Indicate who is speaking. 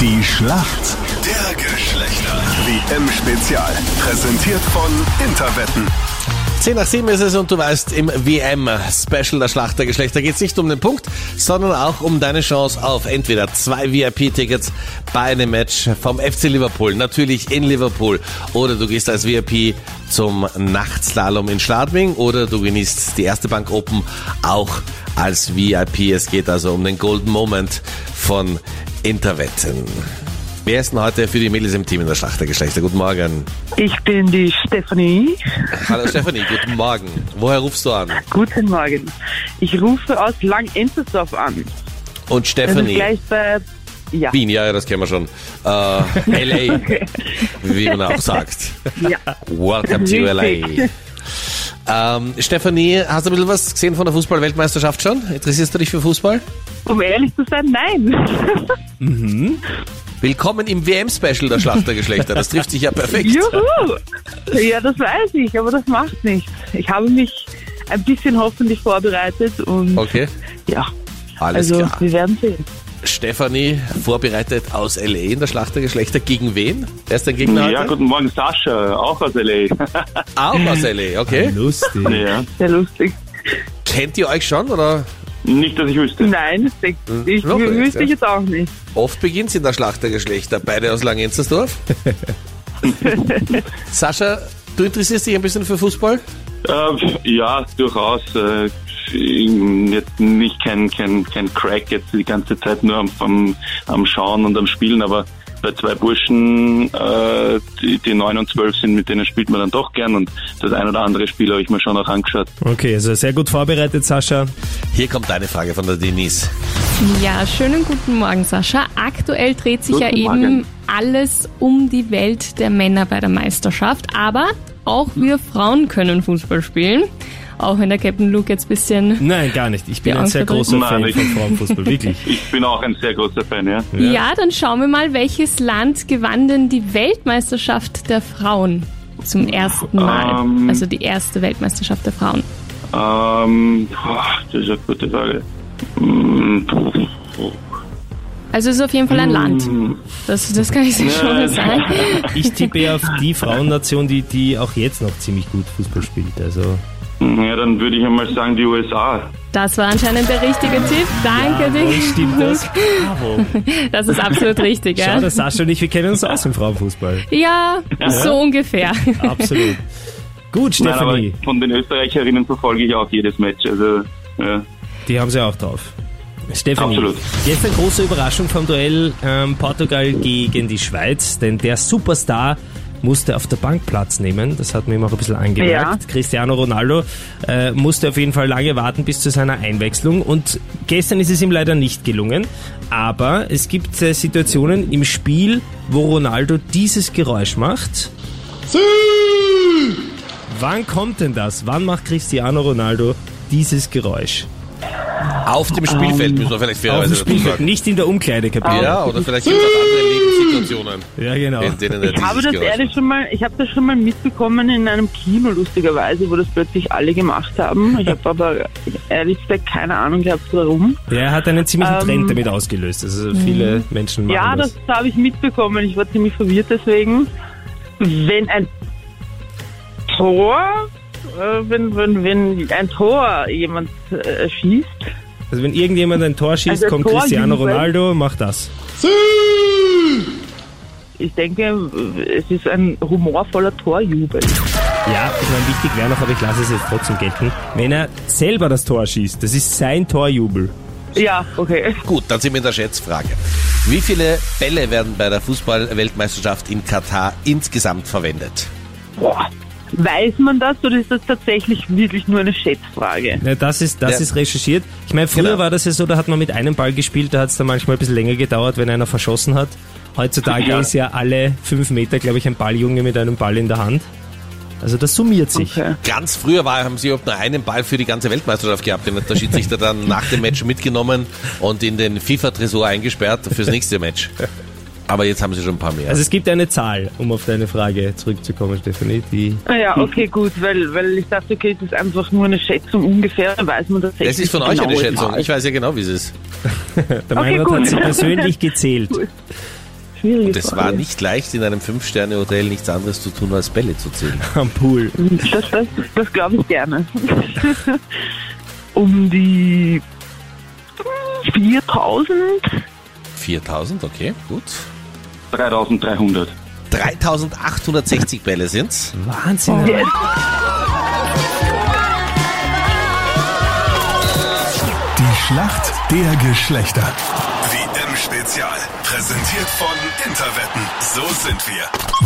Speaker 1: Die Schlacht der Geschlechter. WM-Spezial. Präsentiert von Interwetten.
Speaker 2: 10 nach 7 ist es und du weißt, im WM-Special der Schlachtergeschlechter geht es nicht um den Punkt, sondern auch um deine Chance auf entweder zwei VIP-Tickets bei einem Match vom FC Liverpool, natürlich in Liverpool, oder du gehst als VIP zum Nachtslalom in Schladming oder du genießt die erste Bank Open auch als VIP. Es geht also um den Golden Moment von Interwetten. Wer ist denn heute für die Mädels im Team in der Schlachtergeschlechter? Guten Morgen.
Speaker 3: Ich bin die Stefanie.
Speaker 2: Hallo Stefanie, guten Morgen. Woher rufst du an?
Speaker 3: Guten Morgen. Ich rufe aus Lang-Enzersdorf an.
Speaker 2: Und
Speaker 3: Das ist
Speaker 2: Stefanie.
Speaker 3: gleich bei. Ja.
Speaker 2: Wien, ja, ja, das kennen wir schon. Äh, LA, wie man auch sagt.
Speaker 3: ja.
Speaker 2: Welcome to LA.
Speaker 3: Richtig.
Speaker 2: Ähm, Stefanie, hast du ein bisschen was gesehen von der Fußball-Weltmeisterschaft schon? Interessierst du dich für Fußball?
Speaker 3: Um ehrlich zu sein, nein.
Speaker 2: Willkommen im WM-Special der Schlachtergeschlechter. Das trifft sich ja perfekt.
Speaker 3: Juhu! Ja, das weiß ich, aber das macht nichts. Ich habe mich ein bisschen hoffentlich vorbereitet und
Speaker 2: Okay,
Speaker 3: ja.
Speaker 2: alles
Speaker 3: also,
Speaker 2: klar.
Speaker 3: wir werden sehen.
Speaker 2: Stefanie, vorbereitet aus LA in der Schlachtergeschlechter. Gegen wen? Wer ist dein Gegner
Speaker 4: Ja,
Speaker 2: heute?
Speaker 4: guten Morgen, Sascha, auch aus L.A.
Speaker 2: Auch aus LA, okay.
Speaker 5: Lustig.
Speaker 4: ja.
Speaker 3: Sehr lustig.
Speaker 2: Kennt ihr euch schon oder
Speaker 4: Nicht, dass ich wüsste.
Speaker 3: Nein, das denk- ich,
Speaker 2: noch nicht,
Speaker 3: wüsste ich
Speaker 2: ja.
Speaker 3: jetzt auch nicht.
Speaker 2: Oft beginnt's in der Schlachtergeschlechter, beide aus Langenzersdorf. Sascha, du interessierst dich ein bisschen für Fußball?
Speaker 4: Äh, ja, durchaus. Äh, jetzt nicht kein, kein, kein Crack, jetzt die ganze Zeit nur am, am, am Schauen und am Spielen, aber bei zwei Burschen, äh, die, die 9 und 12 sind, mit denen spielt man dann doch gern und das ein oder andere Spiel habe ich mir schon auch angeschaut.
Speaker 5: Okay, also sehr gut vorbereitet, Sascha.
Speaker 2: Hier kommt eine Frage von der Denise.
Speaker 6: Ja, schönen guten Morgen, Sascha. Aktuell dreht sich
Speaker 4: Guten
Speaker 6: ja eben
Speaker 4: Morgen.
Speaker 6: alles um die Welt der Männer bei der Meisterschaft, aber auch wir Frauen können Fußball spielen. Auch wenn der Captain Luke jetzt bisschen
Speaker 5: Nein, gar nicht. Ich bin
Speaker 6: Ja,
Speaker 5: ein sehr
Speaker 6: ausgedrückt.
Speaker 5: großer
Speaker 4: Nein,
Speaker 5: Fan
Speaker 4: ich-
Speaker 5: von Frauenfußball, wirklich.
Speaker 4: Ich bin auch ein sehr großer Fan, ja.
Speaker 6: Ja. dann schauen wir mal, welches Land gewann denn die Weltmeisterschaft der Frauen zum ersten Mal?
Speaker 4: Ähm.
Speaker 6: Also die erste Weltmeisterschaft der Frauen.
Speaker 4: Ähm, boah, das ist eine gute Frage. Mm,
Speaker 6: Also es ist auf jeden Fall ein Land. Das, das kann ich dir schon mal sagen.
Speaker 5: Ich tippe ja auf die Frauennation, die, die auch jetzt noch ziemlich gut Fußball spielt. Also
Speaker 4: Ja, dann würde ich einmal sagen, die USA.
Speaker 6: Das war anscheinend der richtige Tipp. Danke dir.
Speaker 5: Und stimmt das? Bravo.
Speaker 6: Das ist absolut richtig,
Speaker 5: Schau,
Speaker 6: ja.
Speaker 5: der Sascha und ich, wir kennen uns aus im Frauenfußball.
Speaker 6: Ja, so ungefähr.
Speaker 5: Absolut. Gut,
Speaker 4: Nein, aber
Speaker 5: Stefanie,
Speaker 4: von den Österreicherinnen verfolge ich auch jedes Match. Also, ja.
Speaker 5: die haben sie auch drauf. Stefanie,
Speaker 4: Absolut.
Speaker 5: jetzt eine große Überraschung vom Duell ähm, Portugal gegen die Schweiz, denn der Superstar musste auf der Bank Platz nehmen. Das hat mir immer ein bisschen angemerkt.
Speaker 3: Ja.
Speaker 5: Cristiano Ronaldo äh, musste auf jeden Fall lange warten bis zu seiner Einwechslung und gestern ist es ihm leider nicht gelungen. Aber es gibt äh, Situationen im Spiel, wo Ronaldo dieses Geräusch macht. Wann kommt denn das? Wann macht Cristiano Ronaldo dieses Geräusch?
Speaker 2: Auf dem Spielfeld müssen wir vielleicht
Speaker 5: Auf
Speaker 2: fairerweise
Speaker 5: dem
Speaker 2: dazu
Speaker 5: Spielfeld,
Speaker 2: sagen.
Speaker 5: nicht in der Umkleidekabine.
Speaker 2: Ja, oder vielleicht gibt es auch andere Lebenssituationen,
Speaker 5: Ja, genau.
Speaker 2: in denen er
Speaker 3: Ich habe
Speaker 2: dieses
Speaker 3: das
Speaker 2: Geräusch
Speaker 3: ehrlich schon mal, ich habe das schon mal mitbekommen in einem Kino lustigerweise, wo das plötzlich alle gemacht haben. Ich habe aber ehrlich gesagt keine Ahnung gehabt, warum.
Speaker 5: Er hat einen ziemlichen
Speaker 3: Ähm, mhm.
Speaker 5: Trend damit ausgelöst. Also viele Menschen machen
Speaker 3: Ja,
Speaker 5: das.
Speaker 3: das, habe ich mitbekommen. Ich war ziemlich verwirrt deswegen. Wenn ein Tor, äh, wenn, wenn, wenn ein Tor jemand äh, schießt,
Speaker 5: Also wenn irgendjemand ein Tor schießt,
Speaker 3: Also
Speaker 5: kommt
Speaker 3: Tor
Speaker 5: Cristiano
Speaker 3: jubelt.
Speaker 5: Ronaldo, macht das.
Speaker 3: ich denke, es ist ein humorvoller Torjubel.
Speaker 5: Ja, ich meine, wichtig wäre noch, aber ich lasse es jetzt trotzdem gelten. Wenn er selber das Tor schießt, das ist sein Torjubel.
Speaker 3: Ja, okay.
Speaker 2: Gut, dann sind wir in der Schätzfrage. Wie viele Bälle werden bei der Fußball-Weltmeisterschaft in Katar insgesamt verwendet?
Speaker 3: Boah. Weiß man das oder ist das tatsächlich wirklich nur eine Schätzfrage?
Speaker 5: Ja, das ist, das
Speaker 2: Ja.
Speaker 5: ist recherchiert. Ich meine, früher
Speaker 2: Genau.
Speaker 5: war das ja so, da hat man mit einem Ball gespielt, da hat es dann manchmal ein bisschen länger gedauert, wenn einer verschossen hat. Heutzutage
Speaker 4: Ja.
Speaker 5: ist ja alle fünf Meter, glaube ich, ein Balljunge mit einem Ball in der Hand. Also das summiert sich.
Speaker 3: Okay.
Speaker 2: Ganz früher war, haben sie überhaupt nur einen Ball für die ganze Weltmeisterschaft gehabt. Den hat der Schiedsrichter dann nach dem Match mitgenommen und in den FIFA-Tresor eingesperrt fürs nächste Match. Aber jetzt haben sie schon ein paar mehr.
Speaker 5: Also es gibt eine Zahl, um auf deine Frage zurückzukommen, Stefanie, die
Speaker 3: Ah Ja, okay, gut, weil, weil ich dachte, okay, das ist einfach nur eine Schätzung ungefähr, dann weiß man tatsächlich.
Speaker 2: das ist von euch
Speaker 3: genau
Speaker 2: eine Schätzung.
Speaker 3: Zahl.
Speaker 2: Ich weiß ja genau, wie es ist.
Speaker 5: Der
Speaker 3: Okay,
Speaker 5: Meinrad
Speaker 3: gut.
Speaker 5: hat sie persönlich gezählt.
Speaker 3: schwierige
Speaker 2: Und es war
Speaker 3: Frage.
Speaker 2: nicht leicht, in einem Fünf-Sterne-Hotel nichts anderes zu tun, als Bälle zu zählen.
Speaker 5: Am Pool.
Speaker 3: Das, das, das glaube ich gerne. um die 4000?
Speaker 2: 4000, okay, gut.
Speaker 4: 3300.
Speaker 2: 3860 Bälle sind's.
Speaker 5: Wahnsinn.
Speaker 3: Yes.
Speaker 1: Die Schlacht der Geschlechter. WM-Spezial. Präsentiert von Interwetten. So sind wir.